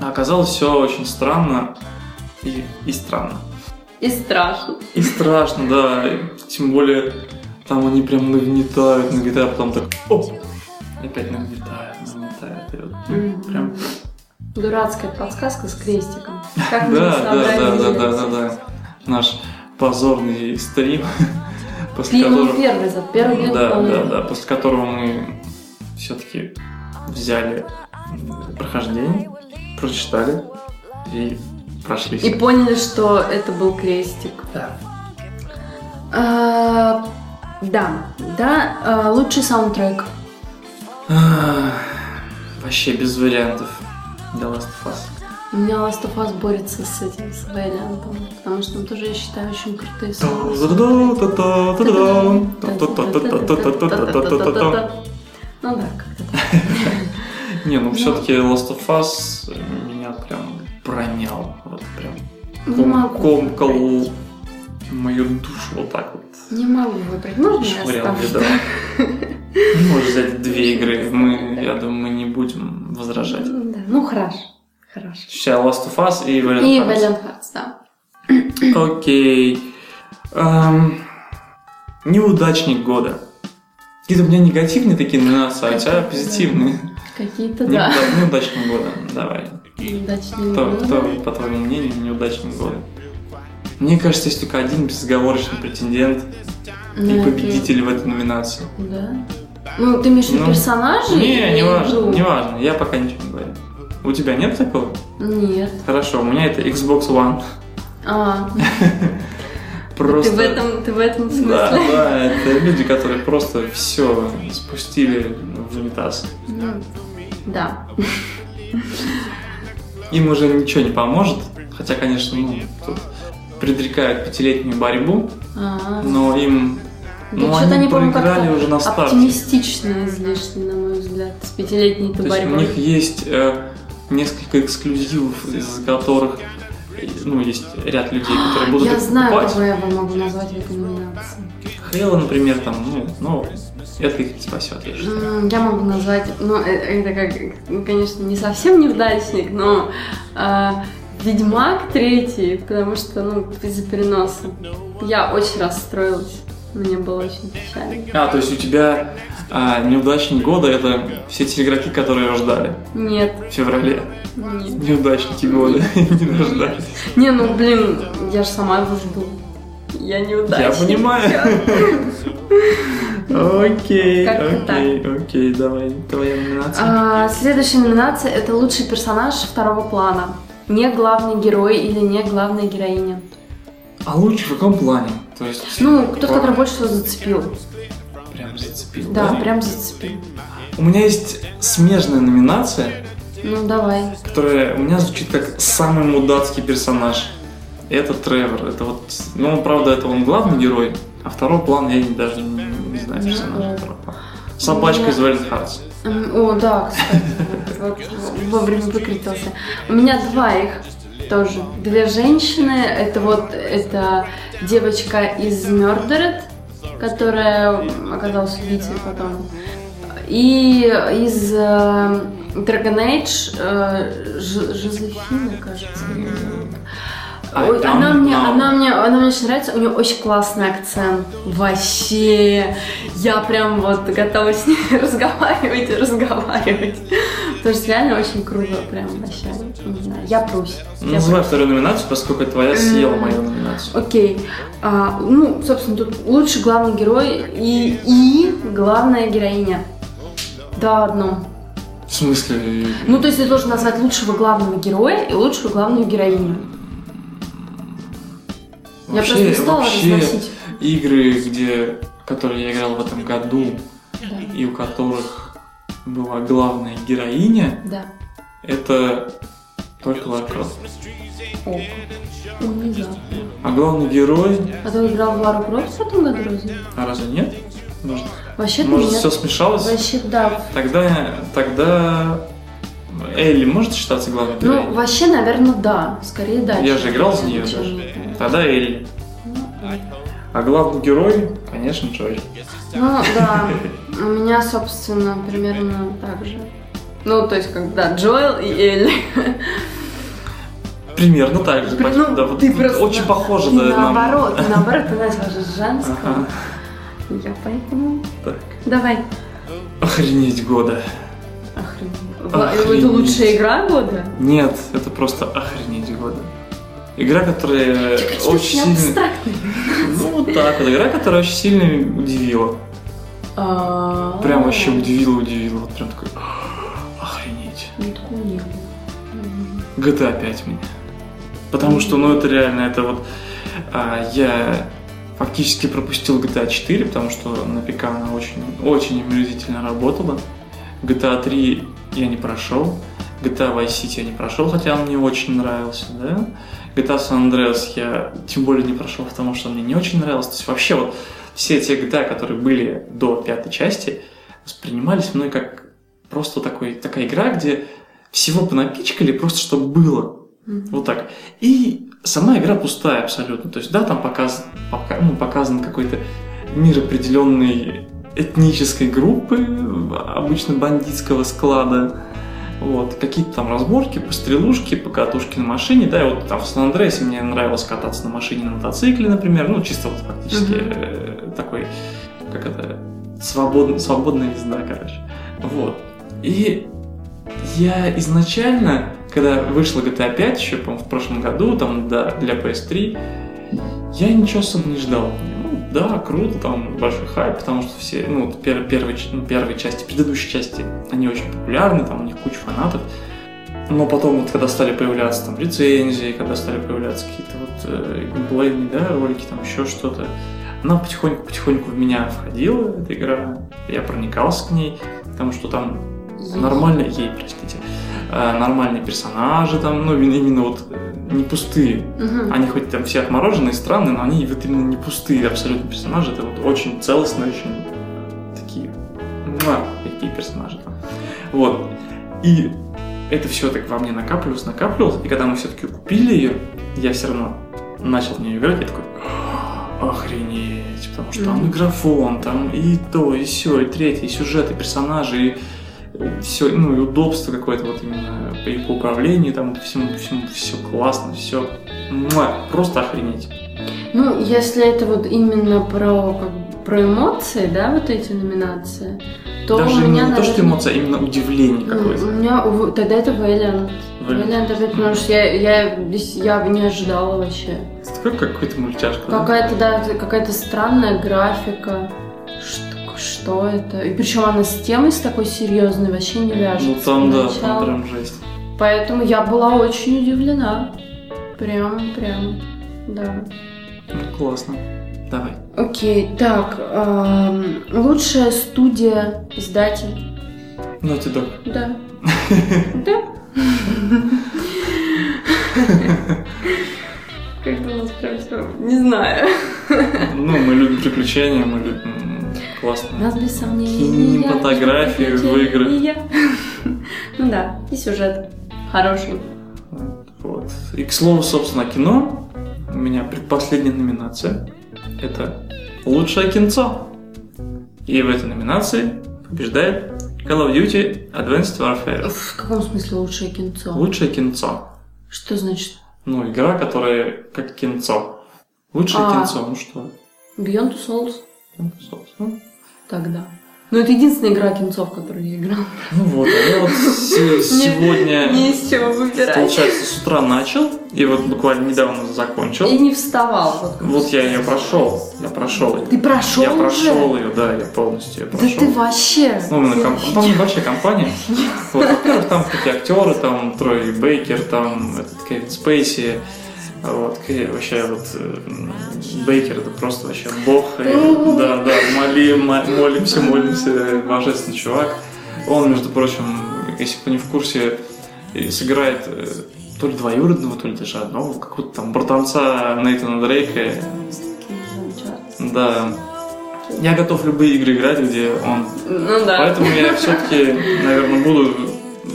Speaker 1: А оказалось все очень странно и, и странно.
Speaker 2: И страшно.
Speaker 1: И страшно, да. И Тем более там они прям нагнетают, нагнетают, а потом так оп, и опять нагнетают, нагнетают. И вот,
Speaker 2: Мгм.
Speaker 1: прям
Speaker 2: Дурацкая подсказка с крестиком. Как мы не
Speaker 1: Да, да, да,
Speaker 2: собрали
Speaker 1: да,
Speaker 2: её.
Speaker 1: да, да, да. Наш позорный стрим, после
Speaker 2: Фильм
Speaker 1: которого...
Speaker 2: не первый, за первый день
Speaker 1: Да,
Speaker 2: вполне.
Speaker 1: да, да, после которого мы все-таки взяли м, прохождение, прочитали и прошлись.
Speaker 2: И поняли, что это был крестик.
Speaker 1: Да.
Speaker 2: А, Да, да, а, лучший саундтрек.
Speaker 1: Ах, Вообще без вариантов. The Last of Us.
Speaker 2: У меня Last of Us борется с этим, с вариантом, потому что он тоже, я считаю, очень Ну крутые саундтреки.
Speaker 1: Та-да-да-да-да-да-дам. Та-та-та-та-та-та-та-та-та-та-та-та.
Speaker 2: Ну да, как-то так.
Speaker 1: Не, ну все-таки Last of Us меня прям пронял. Вот прям
Speaker 2: Не
Speaker 1: ком-
Speaker 2: могу.
Speaker 1: комкал
Speaker 2: выбрать.
Speaker 1: мою душу вот так вот.
Speaker 2: Не могу выбрать. Можно я
Speaker 1: Швырял
Speaker 2: оставлю?
Speaker 1: ведро. Ну, Можешь взять две игры. Мы, я думаю, мы не будем возражать.
Speaker 2: Да, ну хорошо. Хорошо.
Speaker 1: Сейчас Last of Us и Valiant
Speaker 2: И
Speaker 1: Hearts.
Speaker 2: Valiant Hearts, да.
Speaker 1: Окей. Эм, неудачник года. Какие-то у меня негативные такие номинации, а у тебя позитивные.
Speaker 2: Какие-то,
Speaker 1: Не-
Speaker 2: да.
Speaker 1: Неудачник года. Давай.
Speaker 2: Неудачные
Speaker 1: Кто,
Speaker 2: годы.
Speaker 1: кто, по твоему мнению, неудачник года? Мне кажется, есть только один безоговорочный претендент и
Speaker 2: Ну,
Speaker 1: победитель в этой номинации.
Speaker 2: это- Да. Ну, ты имеешь в виду
Speaker 1: Ну,
Speaker 2: персонажей? Ну,
Speaker 1: Не, не
Speaker 2: или
Speaker 1: важно,
Speaker 2: игру?
Speaker 1: не важно, я пока ничего не говорю. У тебя нет такого?
Speaker 2: Нет.
Speaker 1: Хорошо, у меня это Xbox One.
Speaker 2: А,
Speaker 1: Просто...
Speaker 2: ты в этом, ты в этом смысле?
Speaker 1: Да, да, это люди, которые просто все спустили в унитаз.
Speaker 2: Ну, Да.
Speaker 1: Им уже ничего не поможет, хотя, конечно, ну, тут предрекают пятилетнюю борьбу,
Speaker 2: А,
Speaker 1: но им...
Speaker 2: да
Speaker 1: ну,
Speaker 2: что-то
Speaker 1: они
Speaker 2: они, по-моему,
Speaker 1: проиграли
Speaker 2: как-то
Speaker 1: уже на старте.
Speaker 2: оптимистично излишне, на мой взгляд, с пятилетней
Speaker 1: То
Speaker 2: то
Speaker 1: есть у
Speaker 2: борьбой.
Speaker 1: них есть э, несколько эксклюзивов, из которых э, ну, есть ряд людей, которые будут
Speaker 2: Я
Speaker 1: их
Speaker 2: знаю,
Speaker 1: покупать.
Speaker 2: кого я бы могу назвать в этой номинации.
Speaker 1: Хейла, например, там, ну, ну, это их не спасет, я считаю.
Speaker 2: М, Я могу назвать, ну, э- это как, ну, конечно, не совсем неудачник, но а, Ведьмак третий, потому что, ну, из-за переноса. Я очень расстроилась. Мне было очень печально.
Speaker 1: А, то есть у тебя а, неудачник года это все те игроки, которые рождали
Speaker 2: Нет,
Speaker 1: в феврале.
Speaker 2: нет.
Speaker 1: Неудачники года не рождались.
Speaker 2: Не, ну, блин, я же сама его жду. Я неудачник.
Speaker 1: Я понимаю. Окей,
Speaker 2: Как-то так.
Speaker 1: окей, окей, давай, твоя номинация.
Speaker 2: А, следующая номинация – это лучший персонаж второго плана. Не главный герой или не главная героиня.
Speaker 1: А лучше в каком плане? То есть...
Speaker 2: Ну, кто-то,
Speaker 1: прям-
Speaker 2: который больше всего зацепил.
Speaker 1: Прям зацепил,
Speaker 2: Да,
Speaker 1: да?
Speaker 2: прям зацепил.
Speaker 1: У меня есть смежная номинация,
Speaker 2: Ну, давай.
Speaker 1: которая у меня звучит как самый мудацкий персонаж. Это Тревор. Это вот, ну, он, правда, это он главный герой, а второй план я не- даже не, не
Speaker 2: Ну
Speaker 1: знаю персонажа второго плана. Собачка из Valiant Hearts.
Speaker 2: М, О, да, кстати. Вот, вот, вовремя выкрутился. У меня два их тоже. Две женщины. Это вот это девочка из Murdered, которая оказалась убийцей потом. И из э, Dragon Age э, Ж- Жозефина, кажется. её зовут.
Speaker 1: I
Speaker 2: Ой, она
Speaker 1: don't
Speaker 2: мне,
Speaker 1: know.
Speaker 2: она мне, она мне очень нравится, у нее очень классный акцент. Вообще, я прям вот готова с ней разговаривать и разговаривать. Потому что реально очень круто, прям вообще. Не знаю, я прусь. Я
Speaker 1: Называй вторую номинацию, поскольку твоя съела
Speaker 2: М.
Speaker 1: мою номинацию.
Speaker 2: Окей. А, ну, собственно, тут лучший главный герой и, и главная героиня. Да, в одном.
Speaker 1: В смысле?
Speaker 2: Ну, то есть ты должен назвать лучшего главного героя и лучшую главную героиню. я просто не стала
Speaker 1: вообще
Speaker 2: разносить.
Speaker 1: игры, где, которые я играл в этом году,
Speaker 2: Да.
Speaker 1: и у которых была главная героиня,
Speaker 2: Да.
Speaker 1: это только Ларкрафт.
Speaker 2: О, Униза.
Speaker 1: А главный герой...
Speaker 2: Ну, А ты играл в Лару Крофт в этом году разве?
Speaker 1: А разве нет? Может,
Speaker 2: Вообще-то
Speaker 1: может,
Speaker 2: нет.
Speaker 1: все Ну, смешалось?
Speaker 2: Вообще, да.
Speaker 1: Тогда... Тогда... Элли может считаться главной
Speaker 2: Ну,
Speaker 1: героиней?
Speaker 2: вообще, наверное, да. Скорее, да.
Speaker 1: Я же
Speaker 2: чем-
Speaker 1: играл за нее
Speaker 2: чем-
Speaker 1: даже. Тогда Элли. А главный герой, конечно, Джой.
Speaker 2: Ну, да. У меня, собственно, примерно так же. Ну, то есть, как, да, Джоэл и Элли.
Speaker 1: Примерно так же.
Speaker 2: При-
Speaker 1: почти,
Speaker 2: ну,
Speaker 1: да, вот
Speaker 2: ты
Speaker 1: тут
Speaker 2: просто-
Speaker 1: Очень похоже
Speaker 2: И
Speaker 1: да, нам.
Speaker 2: наоборот, и наоборот, ты начала же с женского.
Speaker 1: Ага,
Speaker 2: Я поэтому...
Speaker 1: так.
Speaker 2: Давай.
Speaker 1: Охренеть года.
Speaker 2: Охренеть.
Speaker 1: Охренеть.
Speaker 2: Это лучшая игра года?
Speaker 1: Нет, это просто охренеть года. Игра, которая Э, очень
Speaker 2: Очень
Speaker 1: сильно...
Speaker 2: абстрактный.
Speaker 1: Ну, вот так вот. Игра, которая очень сильно удивила. Прям вообще удивила, удивила. Вот прям такой... Охренеть.
Speaker 2: Ну, такого не было. Мгм.
Speaker 1: GTA 5 А меня. Потому что, ну, это реально, это вот... а, я фактически пропустил GTA 4, потому что на ПК она очень, очень омерзительно работала. GTA 3 я не прошел. GTA Vice City я не прошел, хотя он мне очень нравился, да. GTA San Andreas я тем более не прошел, потому что он мне не очень нравился. То есть вообще вот все те GTA, которые были до пятой части, воспринимались мной как просто такой, такая игра, где всего понапичкали просто, чтобы было.
Speaker 2: Мгм.
Speaker 1: Вот так. И сама игра пустая абсолютно. То есть, да, там показан, пока- ну, показан какой-то мир определенный этнической группы, обычно бандитского склада. Вот, какие-то там разборки, пострелушки, покатушки на машине, да, и вот там в Сан-Андреасе мне нравилось кататься на машине, на мотоцикле, например, ну, чисто вот фактически
Speaker 2: Мгм.
Speaker 1: э, такой, как это, свободный, свободная езда, короче. Вот. И я изначально, когда вышла GTA 5 еще, по-моему, в прошлом году, там, да, для PS3, я ничего особо не ждал. Ну, да, круто, там большой хайп, потому что все, ну, вот пер- первой, ч- ну, первой части, предыдущей части, они очень популярны, там у них куча фанатов. Но потом, вот, когда стали появляться там рецензии, когда стали появляться какие-то вот э, геймплейные, да, ролики, там еще что-то, она потихоньку-потихоньку в меня входила, эта игра, я проникался к ней, потому что там нормальные, ей, простите, э, нормальные персонажи там, ну, именно, именно вот э, не пустые.
Speaker 2: Мгм.
Speaker 1: Они хоть там все отмороженные, странные, но они вот именно не пустые абсолютно персонажи. Это вот очень целостные, очень такие, муа, такие персонажи там. Вот. И это все так во мне накапливалось, накапливалось. И когда мы все-таки купили ее, я все равно начал в нее играть, я такой, охренеть, потому что там
Speaker 2: Мгм.
Speaker 1: и графон, там и то, и все, и третье, и сюжет, и персонажи, и все, ну и удобство какое-то вот именно по, и по управлению, там всему, всему, все классно, все, просто охренеть.
Speaker 2: Ну, если это вот именно про, как бы, про эмоции, да, вот эти номинации, то
Speaker 1: Даже
Speaker 2: у
Speaker 1: не
Speaker 2: меня,
Speaker 1: то, что
Speaker 2: наверное,
Speaker 1: эмоция, а именно удивление
Speaker 2: У
Speaker 1: какое-то.
Speaker 2: меня увы, тогда это Вэлиант. Вэлиант опять, потому что я, я, здесь- я не ожидала вообще.
Speaker 1: Это как какой-то мультяшка. да?
Speaker 2: Какая-то, да, какая-то странная графика. Что, что это? И причем она с темой с такой серьезной вообще не вяжется.
Speaker 1: Ну там, да,
Speaker 2: Сначала.
Speaker 1: там прям жесть.
Speaker 2: Поэтому я была очень удивлена. Прям, прям, да.
Speaker 1: Ну, классно. Давай.
Speaker 2: Окей, так, эм, лучшая студия, издатель,
Speaker 1: Ну, это док.
Speaker 2: да. Да. Как бы у нас прям все, не знаю.
Speaker 1: Ну, мы любим приключения, мы любим
Speaker 2: У
Speaker 1: классно.
Speaker 2: нас без сомнений.
Speaker 1: Кинематографию
Speaker 2: я,
Speaker 1: в играх.
Speaker 2: и я. Ну да, и сюжет хороший.
Speaker 1: Вот. И, к слову, собственно, о кино. У меня предпоследняя номинация. Это лучшее кинцо. И в этой номинации побеждает Call of Duty Advanced Warfare.
Speaker 2: В каком смысле лучшее кинцо?
Speaker 1: Лучшее кинцо.
Speaker 2: Что значит?
Speaker 1: Ну, игра, которая как кинцо. Лучшее
Speaker 2: А.
Speaker 1: кинцо, ну что?
Speaker 2: Beyond Two Souls?
Speaker 1: Ну, собственно.
Speaker 2: Тогда. Ну это единственная игра кинцов, в которую я играла.
Speaker 1: Ну вот, а я вот се- сегодня...
Speaker 2: Не из чего выбирать.
Speaker 1: Получается, с утра начал, и вот буквально недавно закончил.
Speaker 2: И не вставал. Вот,
Speaker 1: Вот я ее прошел. Я прошел ее.
Speaker 2: Ты прошел
Speaker 1: Я
Speaker 2: уже?
Speaker 1: прошел ее, да, я полностью ее
Speaker 2: Да
Speaker 1: прошел.
Speaker 2: ты вообще...
Speaker 1: Ну, именно ком-
Speaker 2: вообще.
Speaker 1: там большая компания. Вот, во-первых, там такие актеры, там Трой Бейкер, там этот Кевин Спейси. Вот, Кэ- вообще вот э, м, Бейкер это просто вообще бог. И, да, да, молим, мо- молимся, молимся, божественный чувак. Он, между прочим, если кто не в курсе, и сыграет э, то ли двоюродного, то ли даже одного, какого-то там братанца Нейтана Дрейка. Да. Я готов в любые игры играть, где он
Speaker 2: Ну да.
Speaker 1: Поэтому я все-таки, наверное, буду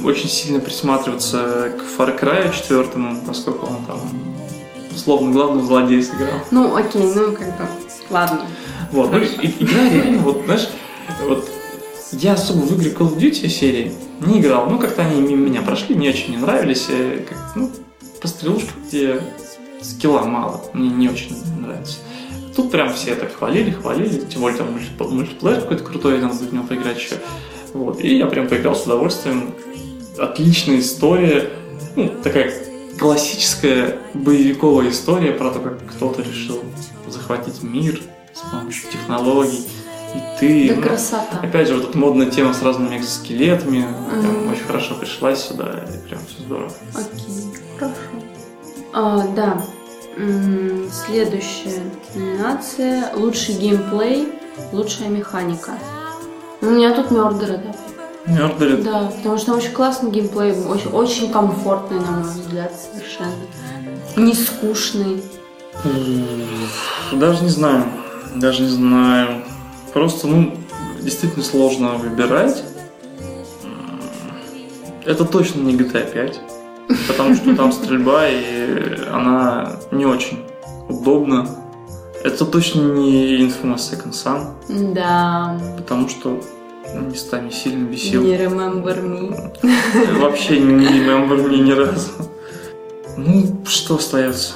Speaker 1: очень сильно присматриваться к Far Cry 4, поскольку он там словно главного злодея сыграл.
Speaker 2: Ну окей, ну как бы. Ладно.
Speaker 1: Вот, ну, и- и- игра реально, вот, знаешь, вот я особо в игры Call of Duty серии не играл. Ну, как-то они мимо меня прошли, мне очень не нравились. э, как, ну, пострелушка, где скилла мало, мне не очень нравится. Тут прям все так хвалили, хвалили, тем более там мульти- мультиплеер какой-то крутой, надо будет в него поиграть еще. Вот, и я прям поиграл с удовольствием. Отличная история, ну, такая классическая боевиковая история про то, как кто-то решил захватить мир с помощью технологий. И ты...
Speaker 2: Да
Speaker 1: ну,
Speaker 2: красота.
Speaker 1: Опять же, вот эта модная тема с разными экзоскелетами,
Speaker 2: Мгм.
Speaker 1: прям очень хорошо пришла сюда, и прям все здорово.
Speaker 2: Окей, хорошо. А, да. М, Следующая номинация. Лучший геймплей, лучшая механика. Ну, У меня тут Мёрдеры, да.
Speaker 1: Мёрдеры,
Speaker 2: Да, потому что там очень классный геймплей, очень, очень комфортный, на мой взгляд, совершенно. Не скучный.
Speaker 1: Уф, Даже не знаю. Даже не знаю. Просто, ну, действительно сложно выбирать. М, Это точно не GTA 5. Потому что там стрельба, и она не очень удобна. Это точно не Infamous Second Son,
Speaker 2: Да.
Speaker 1: потому что местами сильно бесил.
Speaker 2: Не remember me.
Speaker 1: Вообще не remember me ни разу. Ну, что остается?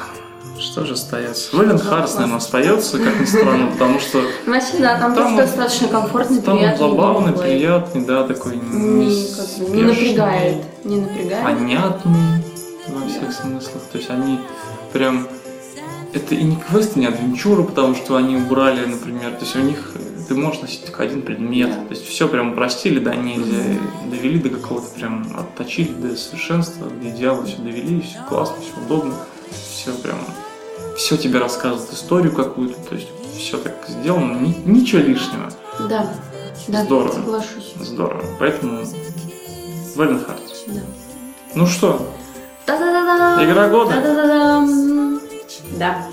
Speaker 1: Что же остается? Вэлен Харрис, наверное, остается, как ни странно, потому что
Speaker 2: Вообще, да, а
Speaker 1: Там
Speaker 2: там, просто
Speaker 1: он-
Speaker 2: достаточно комфортный,
Speaker 1: там он
Speaker 2: приятный.
Speaker 1: забавный,
Speaker 2: голубой.
Speaker 1: приятный, да, такой
Speaker 2: Не, как бы, не
Speaker 1: неспешный.
Speaker 2: напрягает. Не напрягает.
Speaker 1: понятный во всех смыслах. То есть они прям... Это и не квесты, не адвенчуры, потому что они убрали, например, то есть у них ты можешь носить только один предмет.
Speaker 2: Да.
Speaker 1: То есть все прям упростили до нельзя, довели до какого-то прям отточили до совершенства, до идеала все довели, все классно, все удобно, все прям все тебе рассказывает историю какую-то, то есть все так сделано, ни- ничего лишнего.
Speaker 2: Да. Да,
Speaker 1: Здорово.
Speaker 2: соглашусь.
Speaker 1: Здорово. Поэтому Вэлен Харт.
Speaker 2: Да.
Speaker 1: Ну что,
Speaker 2: Та-да-да-да!
Speaker 1: Игра года?
Speaker 2: Та-да-да-да! Да.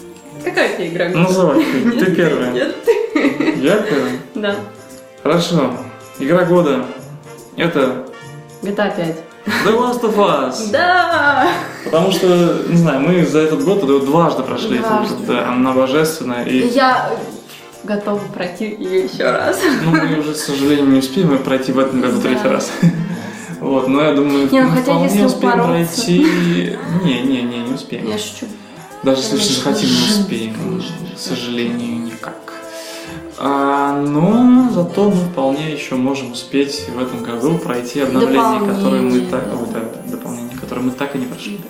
Speaker 2: Какая у тебя игра года?
Speaker 1: называй, Ну, ты, ты первая.
Speaker 2: Нет, ты.
Speaker 1: Я первый.
Speaker 2: Да.
Speaker 1: Хорошо. Игра года. Это
Speaker 2: GTA 5.
Speaker 1: The Last of Us.
Speaker 2: Да!
Speaker 1: Потому что, не знаю, мы за этот год вот дважды прошли
Speaker 2: Дважды.
Speaker 1: эту игру. Да, она божественная. И
Speaker 2: Я готова пройти ее еще раз.
Speaker 1: ну, мы уже, к сожалению, не успеем ее пройти в этом году
Speaker 2: Да.
Speaker 1: третий раз. Вот, но я думаю,
Speaker 2: Не, ну
Speaker 1: мы
Speaker 2: хотя
Speaker 1: вполне
Speaker 2: если
Speaker 1: успеем
Speaker 2: бороться.
Speaker 1: пройти. Не, не, не, не успеем.
Speaker 2: Я шучу.
Speaker 1: Даже если
Speaker 2: Конечно,
Speaker 1: захотим, не
Speaker 2: конечно,
Speaker 1: успеем.
Speaker 2: конечно.
Speaker 1: К сожалению, никак. А, но зато мы вполне еще можем успеть в этом году пройти обновление,
Speaker 2: Дополнение.
Speaker 1: которое мы так, ой, да, да, дополнение, которое мы так и не прошли.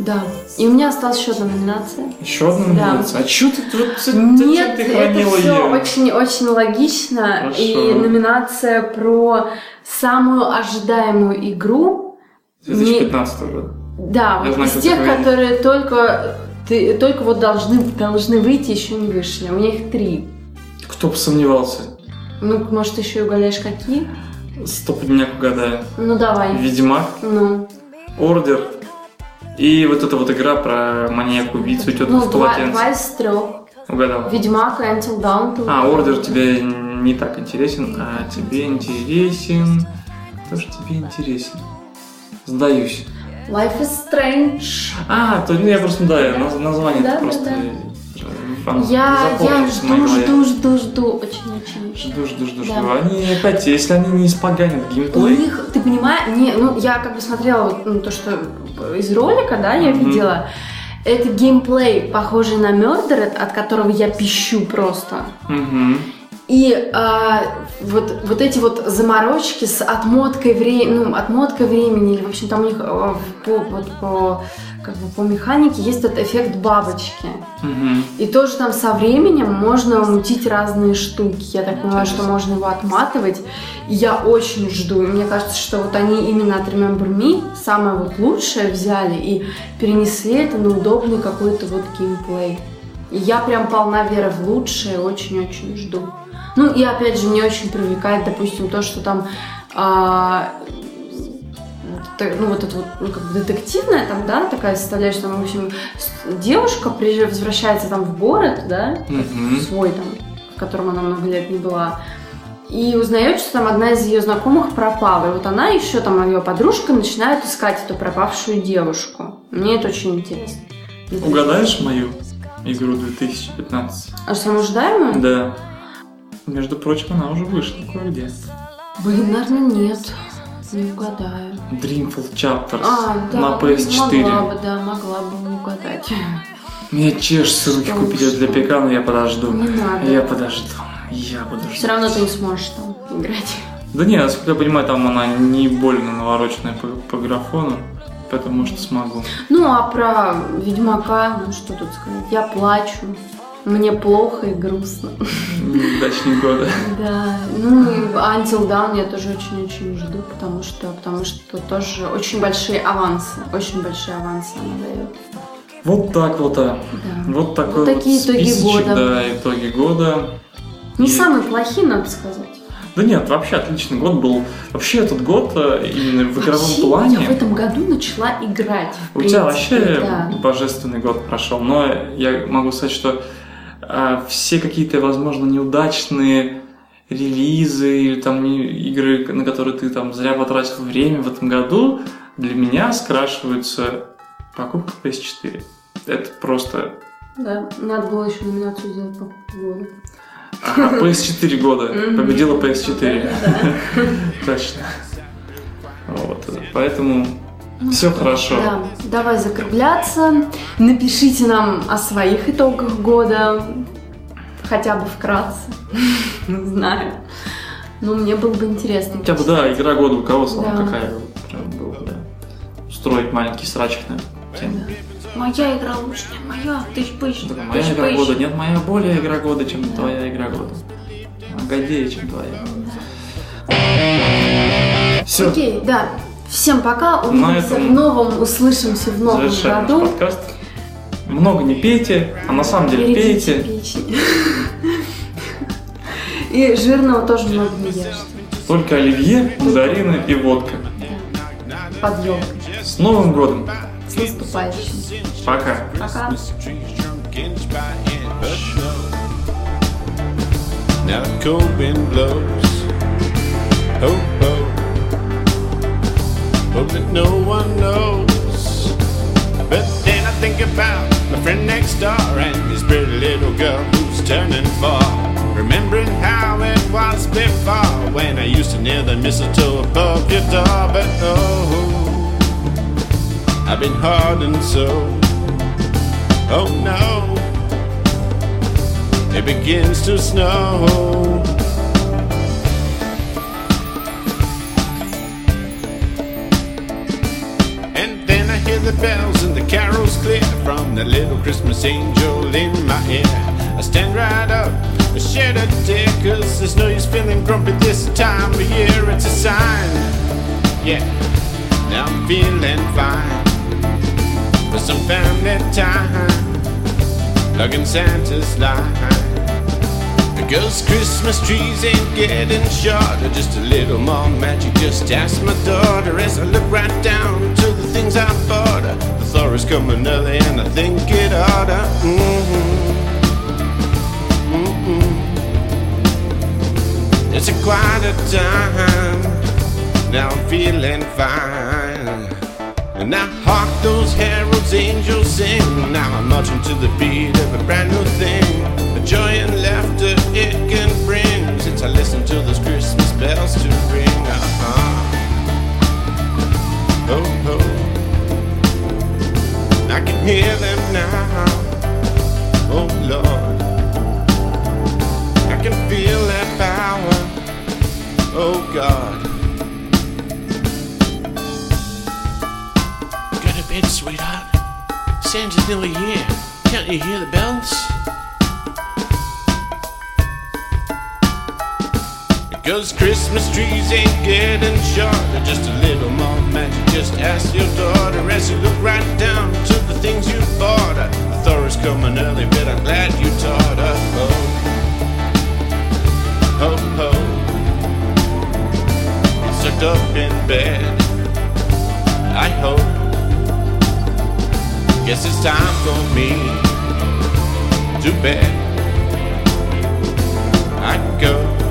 Speaker 2: Да. И у меня осталась еще одна номинация.
Speaker 1: Еще одна
Speaker 2: Да.
Speaker 1: номинация. А что ты тут ты- ты-
Speaker 2: Нет,
Speaker 1: ты
Speaker 2: это
Speaker 1: хранила
Speaker 2: все
Speaker 1: ее?
Speaker 2: очень-очень логично.
Speaker 1: Хорошо.
Speaker 2: И номинация про самую ожидаемую игру.
Speaker 1: 2015 год. Я
Speaker 2: Да, вот
Speaker 1: знаю,
Speaker 2: из
Speaker 1: что
Speaker 2: тех,
Speaker 1: такое.
Speaker 2: которые только, ты, только вот должны, должны выйти, еще не вышли. У меня их три.
Speaker 1: Кто бы сомневался?
Speaker 2: Ну, может, еще и угадаешь какие?
Speaker 1: Стопудняк угадаю.
Speaker 2: Ну, давай.
Speaker 1: Ведьмак,
Speaker 2: Ну,
Speaker 1: Ордер и вот эта вот игра про маньяка-убийцу и тетку
Speaker 2: ну
Speaker 1: в
Speaker 2: два,
Speaker 1: полотенце.
Speaker 2: два из трех.
Speaker 1: Угадал.
Speaker 2: Ведьмак и Until Dawn. ты
Speaker 1: А,
Speaker 2: угадал.
Speaker 1: ордер тебе не так интересен, а тебе интересен... Кто же тебе интересен? Сдаюсь.
Speaker 2: Life is Strange.
Speaker 1: А, то ну, я просто, да, я наз- название
Speaker 2: Да, да,
Speaker 1: просто...
Speaker 2: да.
Speaker 1: э, оно
Speaker 2: Я, я
Speaker 1: запомнилось в моей
Speaker 2: жду,
Speaker 1: голове.
Speaker 2: жду, жду, жду. Очень-очень.
Speaker 1: Жду, жду, жду,
Speaker 2: Да.
Speaker 1: жду. Они опять, если они не испоганят
Speaker 2: У
Speaker 1: геймплей...
Speaker 2: них, ты понимаешь, не, ну, я как бы смотрела вот, ну, то, что из ролика, да, я
Speaker 1: Мгм.
Speaker 2: видела. Это геймплей, похожий на Murdered, от которого я пищу просто.
Speaker 1: Мгм.
Speaker 2: И а, вот, вот эти вот заморочки с отмоткой, вре... ну, отмоткой времени, или, в общем, там у них а, в- по, вот по, как бы по механике есть этот эффект бабочки.
Speaker 1: Мгм.
Speaker 2: И тоже там со временем можно мутить разные штуки. Я так понимаю, что
Speaker 1: Интересно.
Speaker 2: можно его отматывать. И я очень жду. И мне кажется, что вот они именно от Remember Me самое вот лучшее взяли и перенесли это на удобный какой-то вот геймплей. И я прям полна веры в лучшее, очень-очень жду. Ну и опять же, меня очень привлекает, допустим, то, что там а, т- ну, вот это вот, ну, как бы детективная там, да, такая составляющая, там, в общем, с- девушка приезж- возвращается там в город, да,
Speaker 1: Мгм.
Speaker 2: свой там, в котором она много лет не была, и узнает, что там одна из ее знакомых пропала. И вот она еще там, ее подружка, начинает искать эту пропавшую девушку. Мне это очень интересно.
Speaker 1: Угадаешь мою игру 2015?
Speaker 2: А что, мы ожидаемую?
Speaker 1: Да. Между прочим, она уже вышла кое-где.
Speaker 2: Блин, наверное, нет. Не угадаю.
Speaker 1: Dreamfall Chapters
Speaker 2: А, да,
Speaker 1: на
Speaker 2: ну,
Speaker 1: PS4.
Speaker 2: Могла бы, да, могла бы угадать.
Speaker 1: Мне чешутся руки
Speaker 2: Что,
Speaker 1: купить это для
Speaker 2: что?
Speaker 1: пека, но я подожду.
Speaker 2: Не надо.
Speaker 1: Я подожду. Я подожду.
Speaker 2: Все равно ты не сможешь там играть.
Speaker 1: Да не, насколько я понимаю, там она не больно навороченная по, по графону, поэтому, может, смогу.
Speaker 2: Ну, а про Ведьмака, ну что тут сказать? Я плачу. Мне плохо и грустно.
Speaker 1: Неудачник года.
Speaker 2: Да. Ну, и Until Dawn я тоже очень-очень жду, потому что, потому что тоже очень большие авансы. Очень большие авансы она дает.
Speaker 1: Вот так вот, а.
Speaker 2: Да.
Speaker 1: Вот такой вот,
Speaker 2: такие итоги
Speaker 1: списочек,
Speaker 2: года.
Speaker 1: да, итоги года.
Speaker 2: Не
Speaker 1: И-
Speaker 2: самые плохие, надо сказать.
Speaker 1: Да нет, вообще отличный год был. Вообще этот год э, именно в игровом
Speaker 2: Вообще,
Speaker 1: плане...
Speaker 2: Я в этом году начала играть. в
Speaker 1: У тебя
Speaker 2: принципе,
Speaker 1: вообще
Speaker 2: да.
Speaker 1: божественный год прошел, но я могу сказать, что а, все какие-то, возможно, неудачные релизы или там не- игры, на которые ты там зря потратил время в этом году, для меня скрашиваются покупка PS4. Это просто
Speaker 2: Да, надо было еще номинацию сделать по году.
Speaker 1: Ага, PS4 года.
Speaker 2: Мгм. Ну
Speaker 1: Победила PS4.
Speaker 2: Да.
Speaker 1: Точно. Вот. Поэтому все хорошо.
Speaker 2: Да, давай закругляться. Напишите нам о своих итогах года, хотя бы вкратце. Не знаю. Но мне было бы интересно.
Speaker 1: Хотя бы, да, игра года у кого самая
Speaker 2: Да.
Speaker 1: какая вот прям была, да. Устроить маленький срачик на эту тему.
Speaker 2: Моя игра лучше, не моя. Ты ж пыщ,
Speaker 1: Что такое,
Speaker 2: пыщ,
Speaker 1: моя игра
Speaker 2: пыщ.
Speaker 1: года. Нет, моя более игра года, чем твоя игра года. Годее, чем твоя. Все,
Speaker 2: Окей, да. Всем пока. Увидимся в
Speaker 1: этом
Speaker 2: новом, услышимся в новом
Speaker 1: завершаем наш
Speaker 2: году.
Speaker 1: подкаст. Много не пейте, а на самом деле
Speaker 2: Берегите
Speaker 1: пейте.
Speaker 2: печень. И жирного тоже много не ешьте.
Speaker 1: Только оливье, мандарины и водка.
Speaker 2: Подъем.
Speaker 1: С Новым годом!
Speaker 2: С наступающим.
Speaker 1: Пока!
Speaker 2: Пока.
Speaker 3: Christmas trees drunk inch by inch. But no, now the cold wind blows. Ho ho. Hope that no one knows. But then I think about my friend next door and this pretty little girl who's turning four. Remembering how it was before when I used to kneel the mistletoe above your door. But oh, I've been hardened so. Oh no, it begins to snow. And then I hear the bells and the carols clear from the little Christmas angel in my ear. I stand right up, I shed a tear, cause there's no use feeling grumpy this time of year. It's a sign, yeah, now I'm feeling fine for some family time. Hugging Santa's line. Because Christmas trees ain't getting shorter, just a little more magic. Just ask my daughter as I look right down to the things I bought her. The Thor's coming early and I think it oughta. Mm-hmm. Mm-hmm. It's a quieter time. Now I'm feeling fine. And I hark those heralds, angels sing. Now I'm marching to the beat of a brand new thing. The joy and laughter it can bring since I listen to those Christmas bells to ring. Uh-huh. Oh, oh. I can hear them now. Oh, Lord. I can feel that power. Oh, God. Go to bed, sweetheart. Santa's nearly here. Can't you hear the bells? Because Christmas trees ain't getting shorter, just a little more magic. Just ask your daughter as you look right down to the things you bought her. The Thor's coming early, but I'm glad you taught her. Oh, ho, ho. Get Stuck up in bed, I hope. Guess it's time for me to bed. I go. Oh,